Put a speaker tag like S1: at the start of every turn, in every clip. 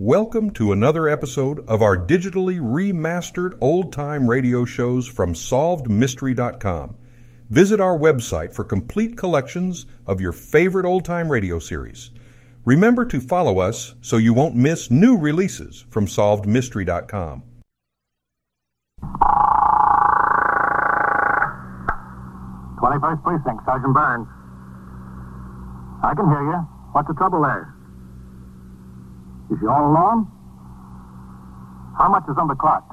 S1: Welcome to another episode of our digitally remastered old time radio shows from SolvedMystery.com. Visit our website for complete collections of your favorite old time radio series. Remember to follow us so you won't miss new releases from SolvedMystery.com.
S2: Twenty-first precinct, Sergeant Burns. I can hear you. What's the trouble there? Is she all alone? How much is on the clock?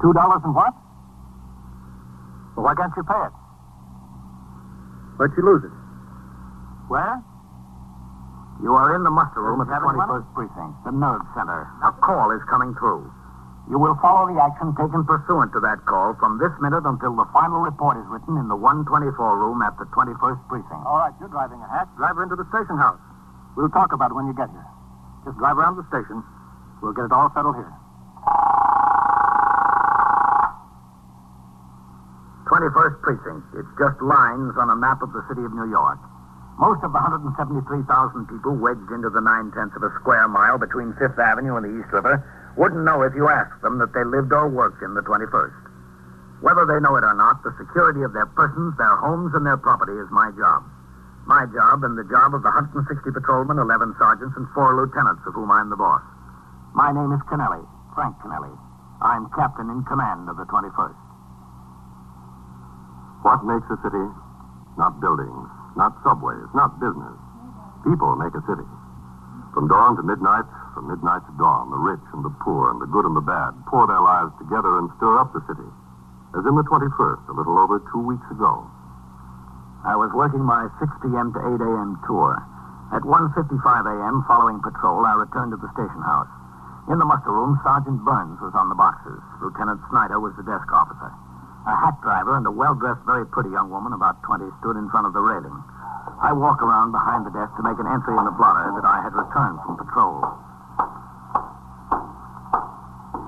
S2: Two dollars and what? Well, why can't you pay it?
S3: Where'd she lose it?
S2: Where?
S3: You are in the muster room at the
S2: Seven
S3: 21st
S2: precinct, the nerve center.
S3: A call is coming through.
S2: You will follow the action taken
S3: Pursuant to that call, from this minute until the final report is written in the 124 room at the 21st precinct.
S2: All right, you're driving a hat.
S3: Drive her into the station house.
S2: We'll talk about it when you get here.
S3: Just drive around the station.
S2: We'll get it all settled here.
S3: 21st precinct. It's just lines on a map of the city of New York. Most of the 173,000 people wedged into the nine-tenths of a square mile between Fifth Avenue and the East River wouldn't know if you asked them that they lived or worked in the 21st. Whether they know it or not, the security of their persons, their homes, and their property is my job. My job and the job of the 160 patrolmen, 11 sergeants, and four lieutenants, of whom I'm the boss.
S2: My name is Kennelly, Frank Kennelly. I'm captain in command of the 21st.
S4: What makes a city? Not buildings, not subways, not business. People make a city. From dawn to midnight, from midnight to dawn, the rich and the poor and the good and the bad pour their lives together and stir up the city. As in the 21st, a little over two weeks ago.
S3: I was working my 6 p.m. to 8 a.m. tour. At 1.55 a.m., following patrol, I returned to the station house. In the muster room, Sergeant Burns was on the boxes. Lieutenant Snyder was the desk officer. A hat driver and a well-dressed, very pretty young woman, about 20, stood in front of the railing. I walked around behind the desk to make an entry in the blotter that I had returned from patrol.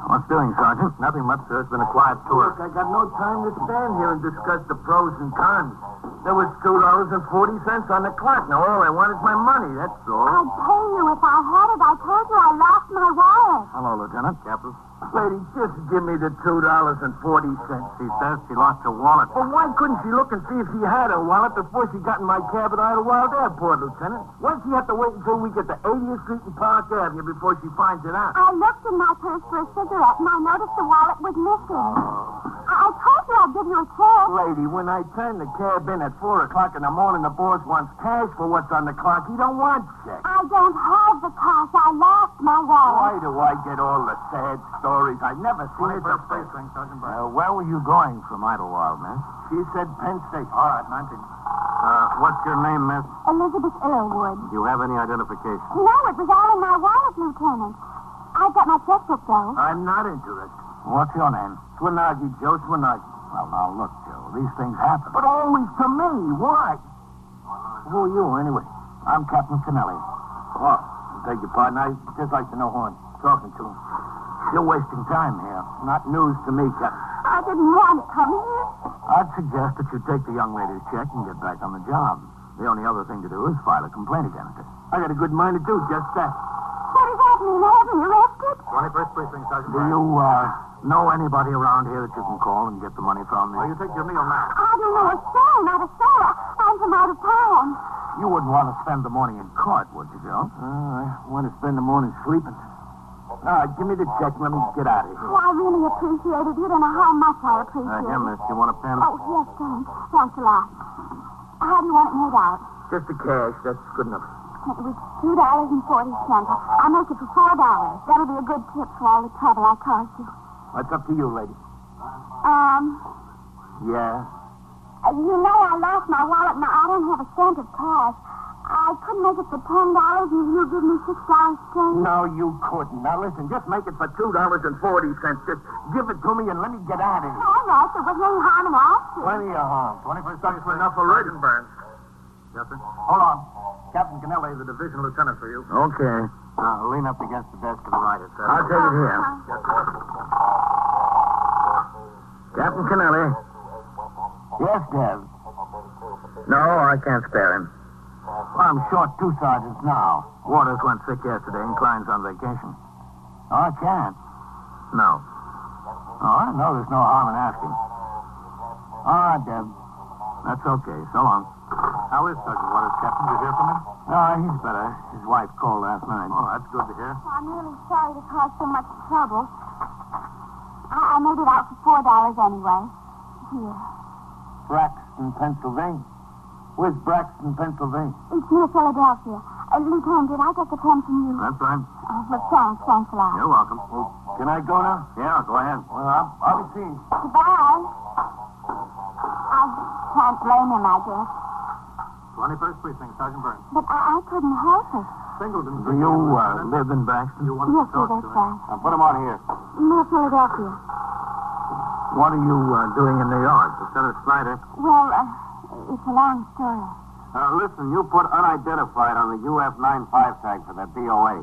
S3: What's doing, Sergeant? Nothing much, sir. It's been a quiet tour.
S5: Look, I got no time to stand here and discuss the pros and cons. There was two dollars and forty cents on the clock. Now all I want is my money. That's
S6: I'd
S5: all.
S6: pay you if I had it. I told you I lost my wallet.
S3: Hello, Lieutenant. Captain.
S5: Lady, just give me the two dollars and forty cents.
S3: She says she lost her wallet.
S5: Well, why couldn't she look and see if she had her wallet before she got in my cab at Idlewild Airport, Lieutenant? Why'd she have to wait until we get to 80th Street and Park Avenue before she finds it out?
S6: I looked in my purse for a cigarette and I noticed the wallet was missing. I, I told you I'd give you a tip.
S5: Lady, when I turn the cab in at 4 o'clock in the morning, the boss wants cash for what's on the clock. He don't want checks.
S6: I don't have the cash. I lost my wallet.
S5: Why do I get all the sad stories? I never seen it before.
S3: Uh, where were you going from Idlewild, miss?
S5: She said Penn State.
S3: All right, 19. Uh, what's your name, miss?
S6: Elizabeth Earlwood.
S3: Do you have any identification?
S6: No, it was all in my wallet, Lieutenant. I've got my checkbook, though.
S5: I'm not interested.
S3: What's your name?
S5: Swinagi, Joe Swinagi.
S3: Well, now, look, Joe, these things happen.
S5: But always to me. Why?
S3: who are you, anyway? I'm Captain Kennelly.
S5: Oh, beg your pardon. I'd just like to know who I'm talking to.
S3: You're wasting time here. Not news to me, Captain.
S6: I didn't want to come here.
S3: I'd suggest that you take the young lady's check and get back on the job. The only other thing to do is file a complaint against her.
S5: I got a good mind to do just that.
S6: What does that mean? I haven't arrested?
S3: 21st Precinct, Sergeant. Do you, uh, know anybody around here that you can call and get the money from? Well, you take your meal now.
S6: I don't know a soul, not a soul. I'm from out of town.
S3: You wouldn't want to spend the morning in court, would you, Joe?
S5: Uh, I want to spend the morning sleeping. All right, give me the check. Let me get out of here.
S6: Well, I really appreciate it. You don't know how much I
S3: Uh,
S6: appreciate
S3: here,
S6: it.
S3: miss, you want a pen?
S6: Oh, yes, thanks. Thanks a lot. How do you want it made out?
S5: Just the cash. That's good enough.
S6: It was two dollars and forty cents. I'll make it for four dollars. That'll be a good tip for all the trouble I caused you.
S5: That's up to you, lady.
S6: Um,
S5: Yeah.
S6: you know I lost my wallet and I don't have a cent of cash. I couldn't make it for ten dollars and you give me six dollars change.
S5: No, you couldn't. Now listen, just make it for two dollars and forty cents. Just give it to me and let me get out of here.
S6: All right, there wasn't any harm in asking.
S5: Plenty of harm. Twenty-first Sergeant
S3: Enough already, Burns. Yes, sir.
S5: Hold on. Captain Canelli is a division lieutenant for you.
S3: Okay. Now, lean up against the desk and write it, sir.
S5: I'll take it here.
S3: Captain Canelli.
S5: Yes, Dev.
S3: No, I can't spare him.
S2: I'm short two sergeants now.
S3: Waters went sick yesterday and Klein's on vacation.
S2: Oh, I can't.
S3: No.
S2: Oh, I know there's no harm in asking. All
S3: Ah,
S2: right, Deb.
S3: That's okay. So long.
S4: How is Sergeant Waters, Captain? Did you hear from him?
S2: No, he's better. His wife called last night.
S4: Oh, that's good to hear.
S6: I'm really sorry to cause so much trouble. I, I made it out for four dollars anyway. Here.
S5: Braxton, Pennsylvania. Where's Braxton, Pennsylvania?
S6: It's near Philadelphia. Uh, Lieutenant, did I get the pen from you?
S3: That's right.
S6: Oh, but thanks, thanks a lot.
S3: You're welcome.
S5: Can I go now?
S3: Yeah, go ahead.
S5: Well, I'll, I'll be seeing. you.
S6: Goodbye. I can't blame him, I guess.
S4: 21st Precinct, Sergeant Burns.
S6: But I, I couldn't help it.
S4: Singleton.
S3: Do you uh, live in Braxton?
S4: You want
S6: Yes,
S4: to
S6: sir,
S4: talk to
S6: that's
S4: him?
S5: Now
S6: right.
S5: put him on here.
S6: Near Philadelphia.
S3: What are you uh, doing in New York? Lieutenant Snyder.
S6: Well, uh, it's a long story.
S3: Uh,
S5: Now listen, you put unidentified on the UF95 tag for that BOA.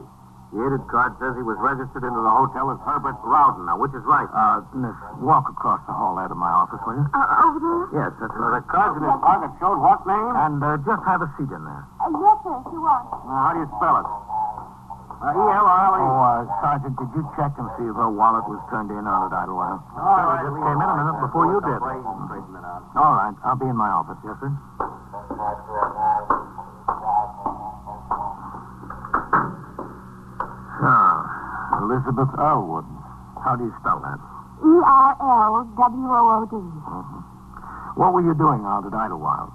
S3: The aided card says he was registered into the hotel as Herbert Rowden. Now, which is right?
S5: Uh, Miss, walk across the hall out of my office, will you?
S6: Uh, over there?
S3: yes, that's
S5: Now,
S3: right.
S5: the cards in his pocket showed what name?
S3: And uh, just have a seat in there.
S6: Uh, yes, sir, if you want.
S5: Now, how do you spell it? Uh, E-L-R-L-E.
S3: Oh, uh, Sergeant, did you check and see if her wallet was turned in out at Idlewild?
S5: right,
S3: just came in a minute before you did. All right, I'll be in my office. Yes, sir. So, Elizabeth Elwood. How do you spell that?
S6: E R L W O O D.
S3: What were you doing out at Idlewild?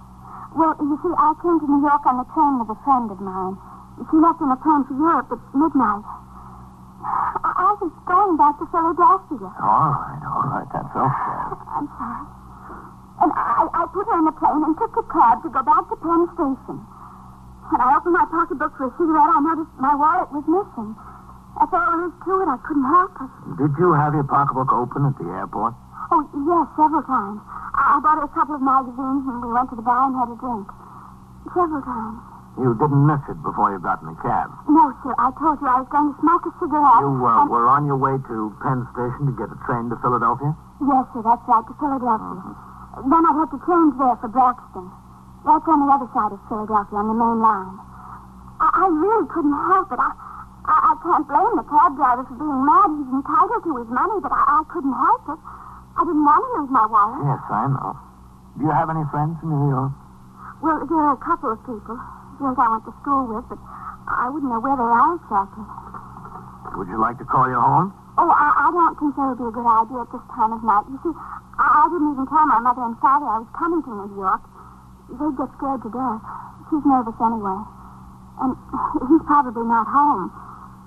S6: Well, you see, I came to New York on the train with a friend of mine. She left on a plane for Europe at midnight. I, I was going back to Philadelphia.
S3: All right, all right, that's okay.
S6: I'm sorry. And I, I put her in the plane and took a cab to go back to Penn Station. When I opened my pocketbook for a cigarette, I noticed my wallet was missing. That's all there is to it. I couldn't help it.
S3: Did you have your pocketbook open at the airport?
S6: Oh, yes, several times. I, I bought her a couple of magazines and we went to the bar and had a drink. Several times.
S3: You didn't miss it before you got in the cab.
S6: No, sir, I told you I was going to smoke a cigarette.
S3: You uh,
S6: and-
S3: were on your way to Penn Station to get a train to Philadelphia?
S6: Yes, sir, that's right, to Philadelphia. Then I'd have to change there for Braxton. That's on the other side of Philadelphia, on the main line. I, I really couldn't help it. I, I, I can't blame the cab driver for being mad. He's entitled to his money, but I, I couldn't help it. I didn't want to lose my wallet.
S3: Yes, I know. Do you have any friends in New York?
S6: Well, there are a couple of people, girls I went to school with, but I wouldn't know where they are exactly.
S3: Would you like to call your home?
S6: Oh, I, I don't think that would be a good idea at this time of night. You see, I, I didn't even tell my mother and father I was coming to New York. They'd get scared to death. She's nervous anyway. And he's probably not home.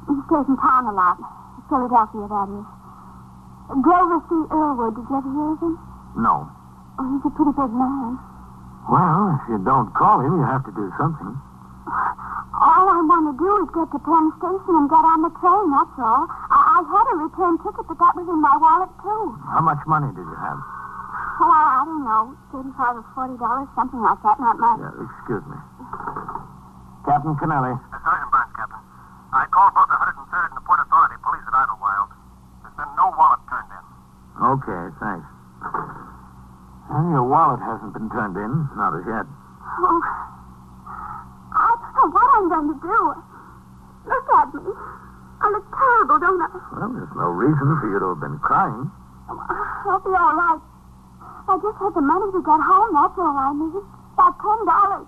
S6: He stays in town a lot. Philadelphia, that is. Grover C. Irwood, did you ever hear of him?
S3: No.
S6: Oh, he's a pretty big man.
S3: Well, if you don't call him, you have to do something.
S6: All I want to do is get to Penn Station and get on the train, that's all. I, I had a return ticket, but that was in my wallet, too.
S3: How much money did you have?
S6: Oh, I, I don't know, thirty-five or forty dollars, something like that. Not much.
S3: Yeah, excuse me. Captain Kennelly.
S2: Sergeant Burns, Captain. I called both the 103rd and the Port Authority police at Idlewild. There's been no wallet turned in.
S3: Okay, thanks. And your wallet hasn't been turned in, not as yet.
S6: Oh, I don't know what I'm going to do. Look at me. I look terrible, don't I?
S3: Well, there's no reason for you to have been crying.
S6: I'll be all right. I just had the money to get home. That's all I needed. About ten dollars.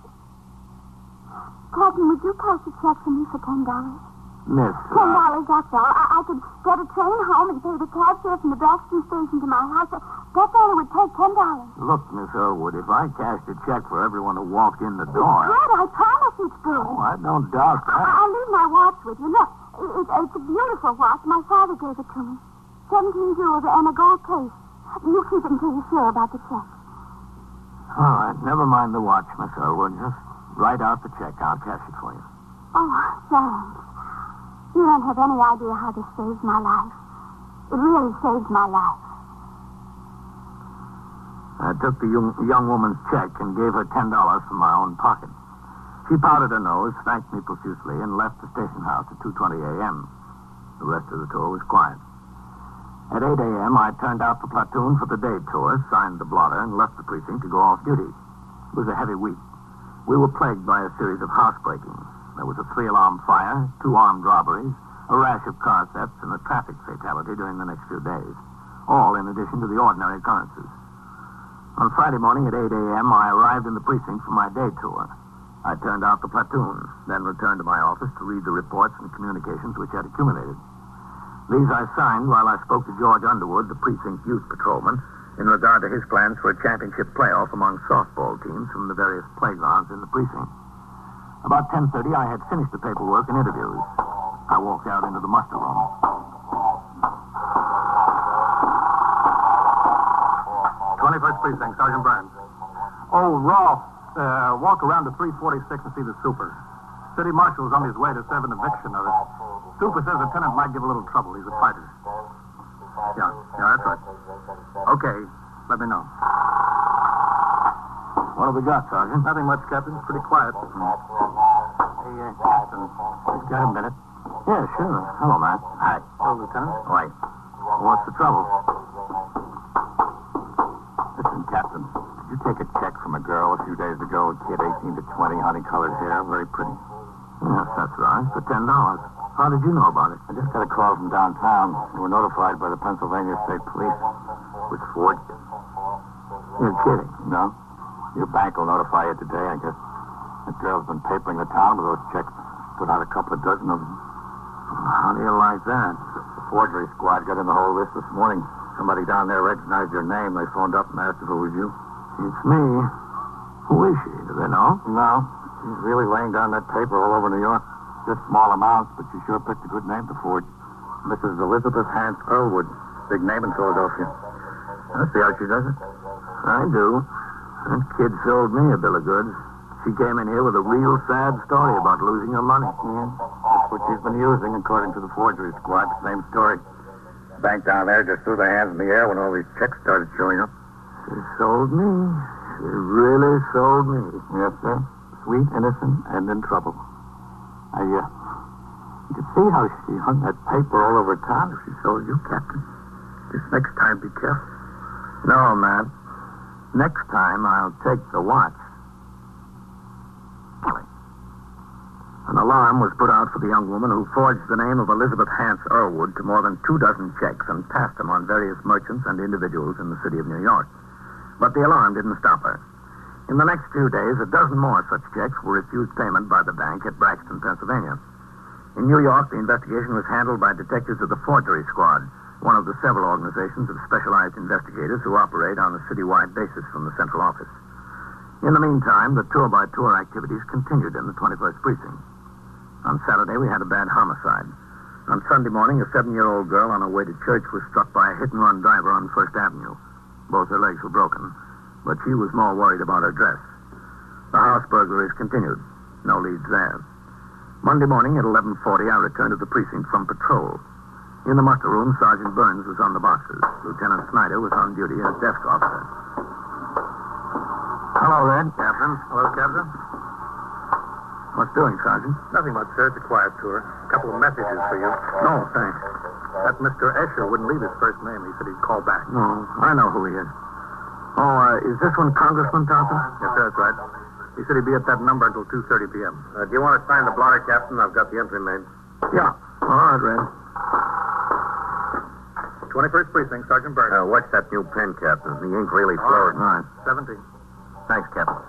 S6: Captain, would you pass a check for me for ten dollars?
S3: Miss,
S6: Ten
S3: uh,
S6: dollars, that's all. I, I could get a train home and pay the cab fare from the Braxton station to my house. That there would take ten dollars.
S3: look, Miss Elwood, if I cashed a check for everyone who walked in the door,
S6: Good, I promise it's good.
S3: oh, I don't doubt
S6: Uh, I-
S3: that.
S6: I'll leave my watch with you. Look, it, it, it's a beautiful watch. My father gave it to me. Seventeen jewels and a gold case. You keep it until you're sure about the check.
S3: All right, never mind the watch, Miss Elwood. Just write out the check. I'll cash it for you.
S6: Oh, thanks. You don't have any idea how this saves my life. It really saves my life.
S3: I took the young, young woman's check and gave her $10 from my own pocket. She powdered her nose, thanked me profusely, and left the station house at 2.20 a.m. The rest of the tour was quiet. At 8 a.m., I turned out the platoon for the day tour, signed the blotter, and left the precinct to go off duty. It was a heavy week. We were plagued by a series of housebreakings. There was a three-alarm fire, two armed robberies, a rash of car thefts, and a traffic fatality during the next few days, all in addition to the ordinary occurrences. On Friday morning at 8 a.m., I arrived in the precinct for my day tour. I turned out the platoon, then returned to my office to read the reports and communications which had accumulated. These I signed while I spoke to George Underwood, the precinct youth patrolman, in regard to his plans for a championship playoff among softball teams from the various playgrounds in the precinct. About 10.30, I had finished the paperwork and interviews. I walked out into the muster room.
S2: Twenty-first precinct, Sergeant Burns.
S5: Oh, Rolf, uh, walk around to 346 and see the super. City marshal's on his way to serve an eviction notice. Super says the tenant might give a little trouble. He's a fighter.
S2: Yeah, yeah, that's right. Okay, let me know.
S3: What have we got, Sergeant?
S5: Nothing much, Captain. Pretty quiet. Hey, uh, Captain,
S3: You've got a minute? Yeah, sure. Hello, Matt. Hi.
S5: oh, Lieutenant.
S3: Wait. What's the trouble? Listen, Captain. Did you take a check from a girl a few days ago? A kid, 18 to 20, honey-colored hair, very pretty. Yes, that's right. For $10. How did you know about it? I just got a call from downtown. We were notified by the Pennsylvania State Police. With Ford? You're kidding. No. Your bank will notify you today, I guess. That girl's been papering the town with those checks. Put out a couple of dozen of them. How do you like that? The forgery squad got in the whole list this morning. Somebody down there recognized your name. They phoned up and asked if it was you. It's me. Who is she? Do they know? No. She's really laying down that paper all over New York. Just small amounts, but she sure picked a good name to forge. Mrs. Elizabeth Hans Earlwood. Big name in Philadelphia. I see how she does it. I do. That kid sold me a bill of goods. She came in here with a real sad story about losing her money. Yeah. That's what she's been using, according to the forgery squad. Same story. Bank down there just threw their hands in the air when all these checks started showing up. She sold me. She really sold me. Yes, sir. Sweet, innocent, and in trouble. I, uh, you could see how she hung that paper all over town if she sold you, Captain. Just next time, be careful. No, Matt. Next time, I'll take the watch. Kelly. An alarm was put out for the young woman who forged the name of Elizabeth Hance Irwood to more than two dozen checks and passed them on various merchants and individuals in the city of New York. But the alarm didn't stop her. In the next few days, a dozen more such checks were refused payment by the bank at Braxton, Pennsylvania. In New York, the investigation was handled by detectives of the Forgery Squad, one of the several organizations of specialized investigators who operate on a citywide basis from the central office. In the meantime, the tour by tour activities continued in the 21st precinct. On Saturday, we had a bad homicide. On Sunday morning, a seven year old girl on her way to church was struck by a hit and run driver on First Avenue. Both her legs were broken, but she was more worried about her dress. The house burglaries continued. No leads there. Monday morning at 11.40, I returned to the precinct from patrol. In the muster room, Sergeant Burns was on the boxes. Lieutenant Snyder was on duty as desk officer. Hello, Red.
S2: Captain. Hello, Captain.
S3: What's doing, Sergeant?
S2: Nothing much, sir. It's a quiet tour. A couple of messages for you.
S3: No, thanks.
S2: That Mr. Escher wouldn't leave his first name. He said he'd call back.
S3: No, I know who he is. Oh, uh, is this one Congressman Thompson?
S2: Yes, sir, that's right. He said he'd be at that number until 2.30 p.m. Uh, do you want to sign the blotter, Captain? I've got the entry made.
S3: Yeah. All right, Red.
S2: 21st Precinct, Sergeant Burns.
S3: Uh, what's that new pen, Captain? The ink really flowing. All right.
S2: 17.
S3: Thanks, Captain.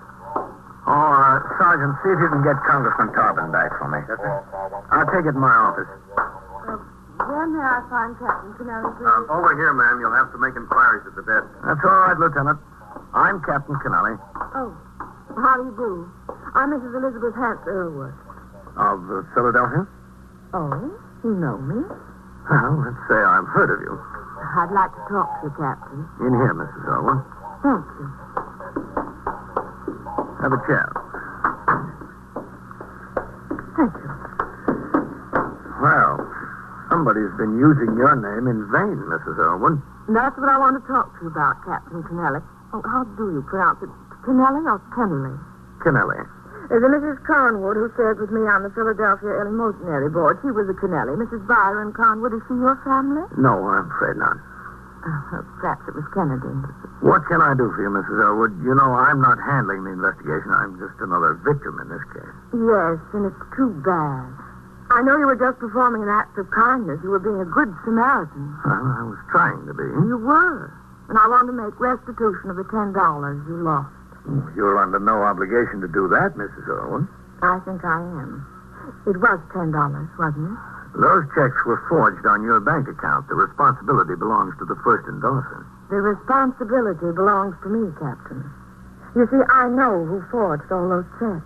S3: Oh, uh, Sergeant, see if you can get Congressman Tarpon back for me.
S2: Yes, sir.
S3: I'll take it in my office.
S7: Where may I find Captain Canary, please?
S2: Um, over here, ma'am. You'll have to make inquiries at the desk.
S3: That's all right, Lieutenant. I'm Captain Canelli
S7: oh, how do you do? I'm Mrs. Elizabeth Hance Irwood.
S3: of uh, Philadelphia.
S7: Oh, you know me?
S3: Well, let's say I've heard of you.
S7: I'd like to talk to you, Captain.
S3: In here, Mrs. Irwin.
S7: Thank you.
S3: Have a chair.
S7: Thank you.
S3: Well, somebody's been using your name in vain, Mrs. Irwin.
S7: That's what I want to talk to you about, Captain Kennelly. Oh, how do you pronounce it? Kennelly or Kennelly?
S3: Kennelly.
S7: There's a Mrs. Conwood who served with me on the Philadelphia Eleemosynary Board. She was a Kennelly. Mrs. Byron Conwood, is she your family?
S3: No, I'm afraid not.
S7: Perhaps Uh, it was Kennedy.
S3: What can I do for you, Mrs. Elwood? You know, I'm not handling the investigation. I'm just another victim in this case.
S7: Yes, and it's too bad. I know you were just performing an act of kindness. You were being a good Samaritan.
S3: Well, I was trying to be.
S7: You were. And I want to make restitution of the ten dollars you lost.
S3: You're under no obligation to do that, Mrs. Elwood.
S7: I think I am. It was ten dollars, wasn't it?
S3: Those checks were forged on your bank account. The responsibility belongs to the first endorser.
S7: The responsibility belongs to me, Captain. You see, I know who forged all those checks.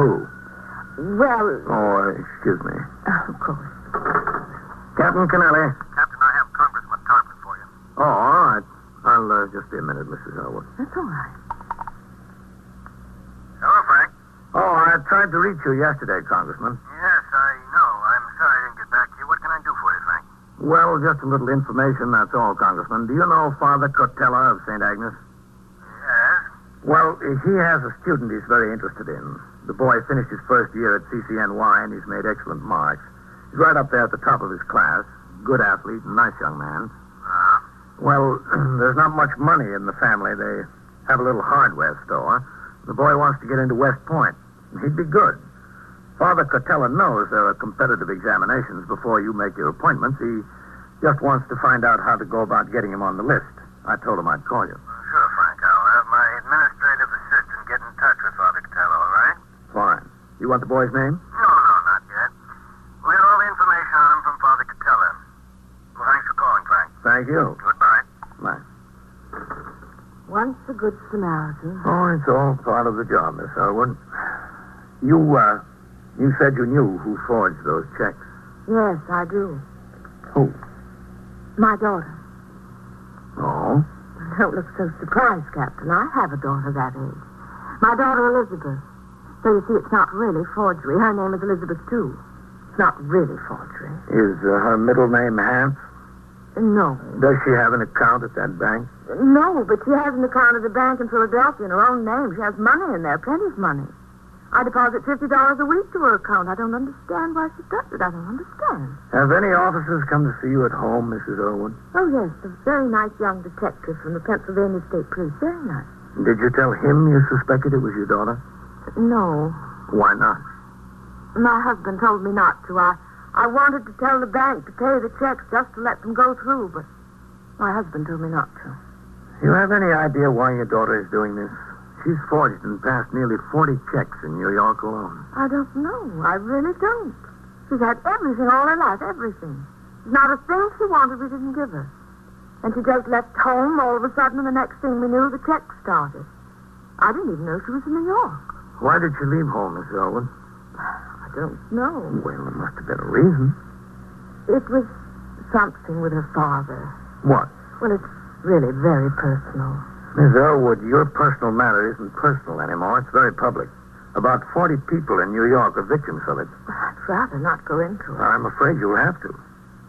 S3: Who?
S7: Well,
S3: Oh, excuse me.
S7: Oh, of course.
S3: Captain Kennelly.
S2: Captain, I have Congressman Tarpon for you.
S3: Oh, all right. I'll uh, just be a minute, Mrs. Elwood.
S7: That's all right.
S2: Hello, Frank.
S3: Oh, I tried to reach you yesterday, Congressman.
S2: Yes, I know. I'm sorry I didn't get back to you. What can I do for you, Frank?
S3: Well, just a little information, that's all, Congressman. Do you know Father Cortella of St. Agnes?
S2: Yes.
S3: Well, he has a student he's very interested in. The boy finished his first year at CCNY, and he's made excellent marks. He's right up there at the top of his class. Good athlete, nice young man.
S2: Uh-huh.
S3: Well, there's not much money in the family. They have a little hardware store. The boy wants to get into West Point. He'd be good. Father Cotella knows there are competitive examinations before you make your appointments. He just wants to find out how to go about getting him on the list. I told him I'd call you.
S2: Sure, Frank. I'll have my administrative assistant get in touch with Father Catello, all right?
S3: Fine. You want the boy's name?
S2: No, no, not yet. We'll get all the information on him from Father Catello. Well, thanks for calling, Frank.
S3: Thank you.
S2: Goodbye.
S3: Bye.
S7: Once a good Samaritan.
S3: Oh, it's all part of the job, Miss Elwood. You, uh, you said you knew who forged those checks.
S7: Yes, I do.
S3: Who?
S7: My daughter.
S3: Oh.
S7: Don't look so surprised, Captain. I have a daughter that age. My daughter Elizabeth. So you see, it's not really forgery. Her name is Elizabeth, too. It's not really forgery.
S3: Is uh, her middle name Hans?
S7: No.
S3: Does she have an account at that bank?
S7: No, but she has an account at the bank in Philadelphia in her own name. She has money in there, plenty of money. I deposit fifty dollars a week to her account. I don't understand why she does it. I don't understand.
S3: Have any officers come to see you at home, Mrs. Elwood?
S7: Oh yes, a very nice young detective from the Pennsylvania State Police. Very nice.
S3: Did you tell him you suspected it was your daughter?
S7: No,
S3: Why not?
S7: my husband told me not to. I I wanted to tell the bank to pay the checks just to let them go through, but my husband told me not to.
S3: You have any idea why your daughter is doing this? She's forged and passed nearly 40 checks in New York alone.
S7: I don't know. I really don't. She's had everything all her life, everything. Not a thing she wanted we didn't give her. And she just left home all of a sudden, and the next thing we knew, the check started. I didn't even know she was in New York.
S3: Why did she leave home, Mrs. Elwood?
S7: I don't know.
S3: Well, there must have been a reason.
S7: It was something with her father.
S3: What?
S7: Well, it's really very personal.
S3: Miss Elwood, your personal matter isn't personal anymore. It's very public. About 40 people in New York are victims of it.
S7: I'd rather not go into it.
S3: I'm afraid you'll have to.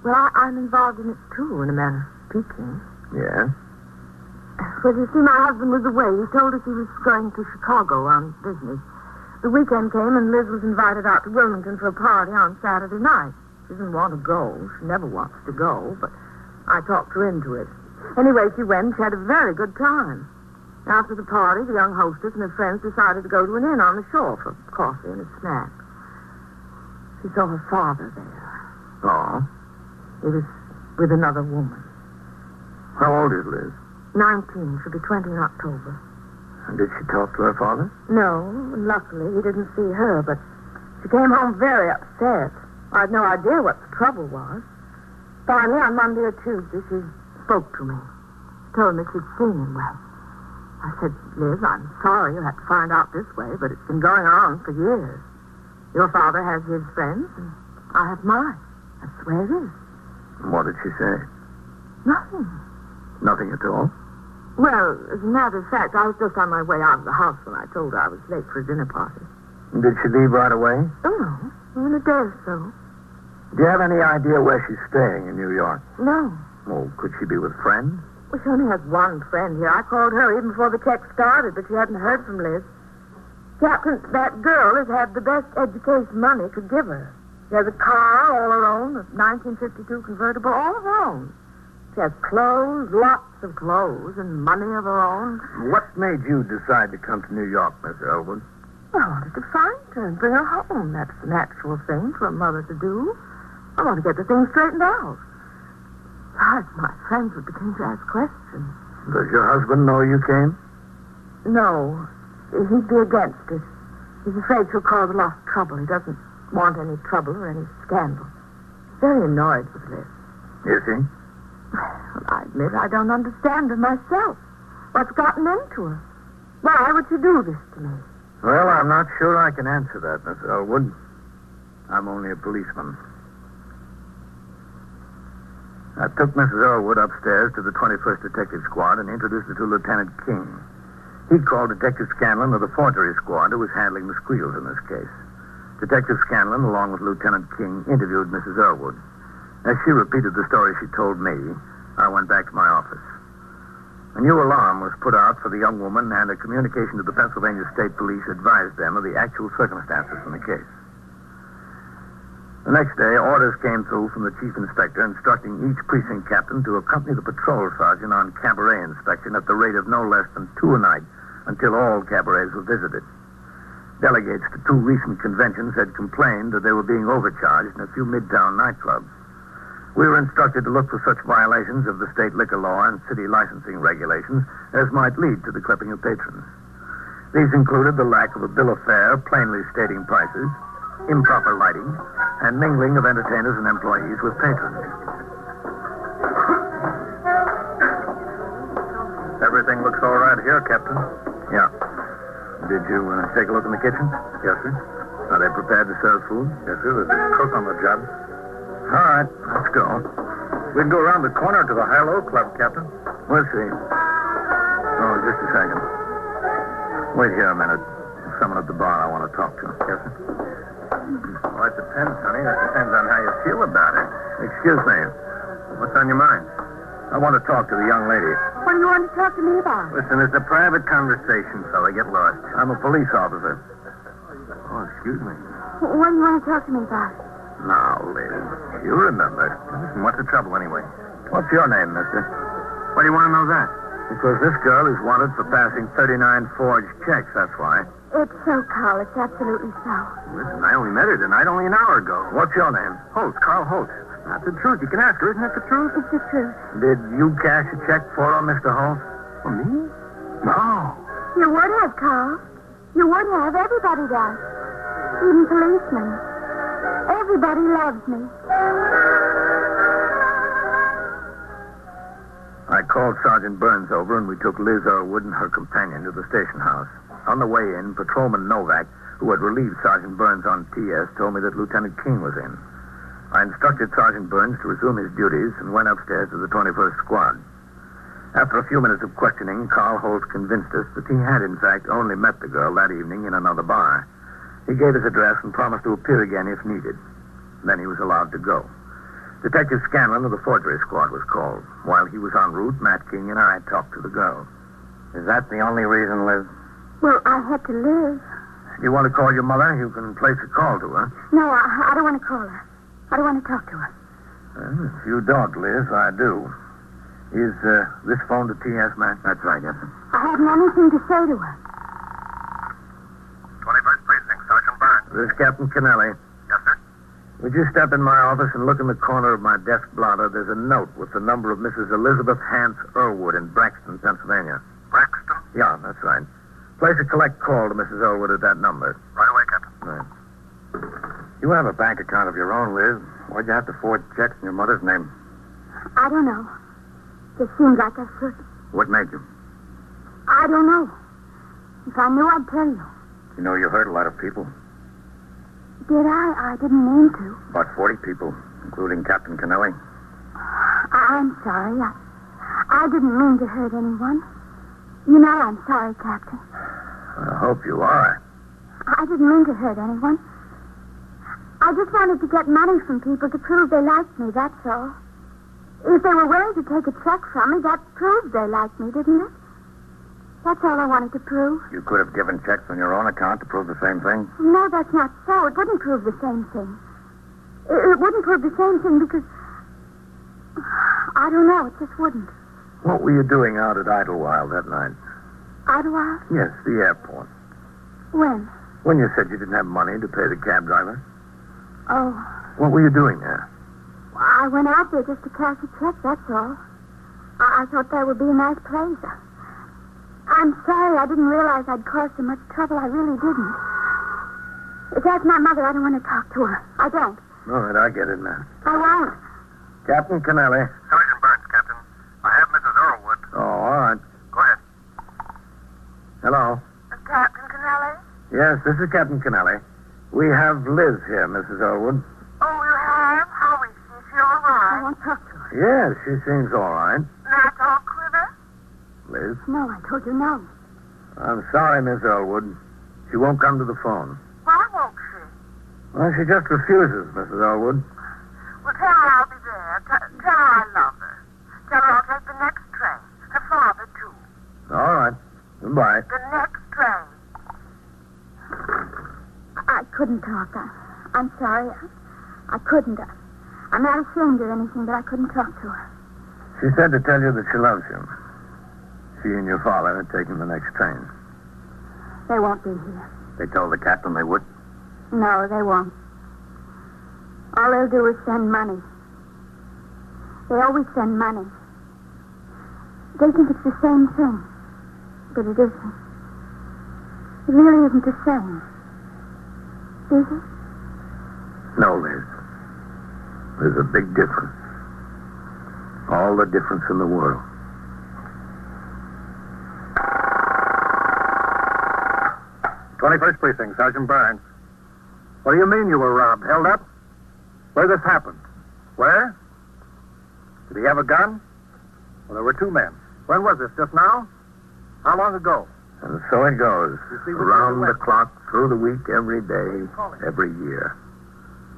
S7: Well, I, I'm involved in it too, in a manner of speaking.
S3: Yeah?
S7: Well, you see, my husband was away. He told us he was going to Chicago on business. The weekend came, and Liz was invited out to Wilmington for a party on Saturday night. She didn't want to go. She never wants to go, but I talked her into it. Anyway, she went. and She had a very good time. After the party, the young hostess and her friends decided to go to an inn on the shore for coffee and a snack. She saw her father there.
S3: Oh.
S7: He was with another woman.
S3: How old is Liz?
S7: Nineteen. She'll be twenty in October.
S3: And Did she talk to her father?
S7: No, luckily he didn't see her, but she came home very upset. I'd no idea what the trouble was. Finally, on Monday or Tuesday, she spoke to me. Told me she'd seen him well. I said, Liz, I'm sorry you had to find out this way, but it's been going on for years. Your father has his friends, and I have mine. That's the way it is.
S3: And What did she say?
S7: Nothing.
S3: Nothing at all.
S7: Well, as a matter of fact, I was just on my way out of the house when I told her I was late for a dinner party.
S3: And Did she leave right away?
S7: Oh, no. In a day or so.
S3: Do you have any idea where she's staying in New York?
S7: No.
S3: Oh, could she be with friends?
S7: Well, she only has one friend here. I called her even before the check started, but she hadn't heard from Liz. Captain, that girl has had the best education money could give her. She has a car all her own, a 1952 convertible, all of her own. She has clothes, lots of clothes, and money of her own.
S3: What made you decide to come to New York, Miss Elwood?
S7: I wanted to find her and bring her home. That's the natural thing for a mother to do. I want to get the thing straightened out. Besides, my friends would begin to ask questions.
S3: Does your husband know you came?
S7: No, he'd be against it. He's afraid she'll cause a lot of trouble. He doesn't want any trouble or any scandal. He's very annoyed with Liz.
S3: Is he?
S7: Well, I admit I don't understand her myself. What's gotten into her? Why would she do this to me?
S3: Well, I'm not sure I can answer that, Miss Elwood. I'm only a policeman. I took Mrs. Elwood upstairs to the 21st Detective Squad and introduced her to Lieutenant King. He called Detective Scanlon of the Forgery Squad, who was handling the squeals in this case. Detective Scanlon, along with Lieutenant King, interviewed Mrs. Elwood. As she repeated the story she told me, I went back to my office. A new alarm was put out for the young woman, and a communication to the Pennsylvania State Police advised them of the actual circumstances in the case. The next day, orders came through from the chief inspector instructing each precinct captain to accompany the patrol sergeant on cabaret inspection at the rate of no less than two a night until all cabarets were visited. Delegates to two recent conventions had complained that they were being overcharged in a few midtown nightclubs. We were instructed to look for such violations of the state liquor law and city licensing regulations as might lead to the clipping of patrons. These included the lack of a bill of fare plainly stating prices, improper lighting, and mingling of entertainers and employees with patrons. Everything looks all right here, Captain. Yeah. Did you uh, take a look in the kitchen? Yes, sir. Are they prepared to serve food? Yes, sir. There's a cook on the job. All right, let's go. We can go around the corner to the High Low Club, Captain. We'll see. Oh, just a second. Wait here a minute. There's someone at the bar I want to talk to. Yes, sir. Well, that depends, honey. That depends on how you feel about it. Excuse me. What's on your mind? I want to talk to the young lady.
S7: What do you want to talk to me about?
S3: Listen, it's a private conversation, fella. Get lost. I'm a police officer. Oh, excuse me.
S7: What do you want to talk to me about?
S3: Now, Liz, you remember. Listen, what's the trouble anyway? What's your name, mister? Why do you want to know that? Because this girl is wanted for passing 39 forged checks, that's why.
S6: It's so, Carl. It's absolutely so.
S3: Listen, I only met her tonight only an hour ago. What's your name? Holt, Carl Holt. That's the truth. You can ask her. Isn't that the truth?
S6: It's the truth.
S3: Did you cash a check for her, Mr. Holt? For me? No.
S6: You would have, Carl. You would have. Everybody does. Even policemen. Everybody loves me.
S3: I called Sergeant Burns over, and we took Liz Elwood and her companion to the station house. On the way in, Patrolman Novak, who had relieved Sergeant Burns on TS, told me that Lieutenant King was in. I instructed Sergeant Burns to resume his duties and went upstairs to the 21st Squad. After a few minutes of questioning, Carl Holt convinced us that he had, in fact, only met the girl that evening in another bar. He gave his address and promised to appear again if needed. Then he was allowed to go. Detective Scanlon of the forgery squad was called. While he was en route, Matt King and I talked to the girl. Is that the only reason, Liz?
S6: Well, I had to live.
S3: You want to call your mother? You can place a call to her.
S6: No, I, I don't want to call her. I don't want to talk to her.
S3: Well, if you don't, Liz, I do. Is uh, this phone to TS, Matt? That's right, yes, sir.
S6: I haven't anything to say to her.
S8: 21st Precinct, Sergeant Burns.
S3: This is Captain Kennelly.
S8: Yes, sir.
S3: Would you step in my office and look in the corner of my desk blotter? There's a note with the number of Mrs. Elizabeth Hance Irwood in Braxton, Pennsylvania.
S8: Braxton,
S3: Yeah, that's right. Place a collect call to Mrs. Elwood at that number.
S8: right away, Captain.
S3: Right. You have a bank account of your own, Liz. Why'd you have to forge checks in your mother's name?
S6: I don't know. Just seems like I should.
S3: What made you?
S6: I don't know. If I knew, I'd tell you.
S3: You know, you hurt a lot of people.
S6: Did I? I didn't mean to.
S3: About 40 people, including Captain Kennelly.
S6: I- I'm sorry. I, I didn't mean to hurt anyone. You know I'm sorry, Captain.
S3: I hope you are.
S6: I didn't mean to hurt anyone. I just wanted to get money from people to prove they liked me, that's all. If they were willing to take a check from me, that proved they liked me, didn't it? That's all I wanted to prove.
S3: You could have given checks on your own account to prove the same thing.
S6: No, that's not so. It wouldn't prove the same thing. it wouldn't prove the same thing because. I don't know. It just wouldn't.
S3: What were you doing out at Idlewild that night?
S6: Idlewild?
S3: Yes, the airport.
S6: When?
S3: When you said you didn't have money to pay the cab driver.
S6: Oh,
S3: What were you doing there?
S6: I went out there just to cash a check, that's all. I, I thought that would be a nice place. I'm sorry I didn't realize I'd caused so much trouble. I really didn't. If that's my mother, I don't want to talk to her. I don't.
S3: All right, I get it now.
S6: I won't.
S3: Captain Canelli.
S9: Sergeant Burns, Captain. I have Mrs. Earlwood.
S3: Oh, all right.
S9: Go ahead.
S3: Hello.
S10: Captain Canelli?
S3: Yes, this is Captain Canelli. We have Liz here, Mrs. Elwood.
S10: Oh, you have? How is she? Is she all
S6: I
S10: right?
S6: won't talk to her.
S3: Yes, she seems all right.
S10: Not all quiver?
S3: Liz?
S6: No, I told you no.
S3: I'm sorry, Miss Elwood. She won't come to the phone.
S10: Why won't she?
S3: Well, she just refuses, Mrs. Elwood.
S10: Well, tell her I'll be there. T- tell her I love her. Tell her I'll take the next train. Her father, too.
S3: All right. Goodbye.
S10: The next train.
S6: I, I couldn't talk. I, I'm sorry. I, I couldn't. I, I'm not ashamed of anything, but I couldn't talk to her.
S3: She said to tell you that she loves you. She and your father are taking the next train.
S6: They won't be here.
S3: They told the captain they would.
S6: No, they won't. All they'll do is send money. They always send money. They think it's the same thing, but it isn't. It really isn't the same. Is it?
S3: No, Liz. There's a big difference. All the difference in the world.
S11: Twenty-first precinct, Sergeant Burns. What do you mean you were robbed? Held up? Where this happened? Where? Did he have a gun? Well, there were two men. When was this? Just now? How long ago?
S3: And so it goes.
S11: You see what
S3: Around
S11: you're
S3: the
S11: doing.
S3: clock, through the week, every day, every year.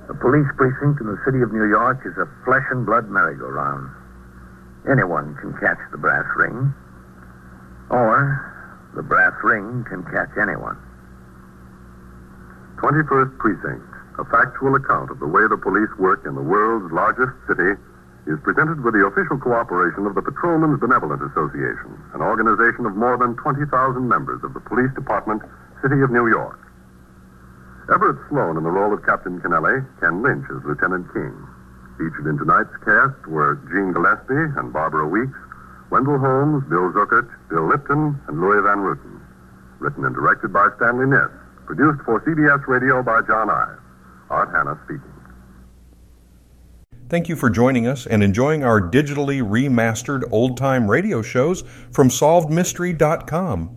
S3: A police precinct in the city of New York is a flesh and blood merry-go-round. Anyone can catch the brass ring, or the brass ring can catch anyone.
S4: 21st Precinct, a factual account of the way the police work in the world's largest city, is presented with the official cooperation of the Patrolmen's Benevolent Association, an organization of more than 20,000 members of the Police Department, City of New York. Everett Sloan in the role of Captain Kennelly, Ken Lynch as Lieutenant King. Featured in tonight's cast were Gene Gillespie and Barbara Weeks, Wendell Holmes, Bill Zuckert, Bill Lipton, and Louis Van Ruten. Written and directed by Stanley Niss. Produced for CBS Radio by John Ive. Art Hannah speaking.
S1: Thank you for joining us and enjoying our digitally remastered old time radio shows from SolvedMystery.com.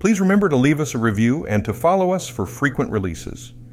S1: Please remember to leave us a review and to follow us for frequent releases.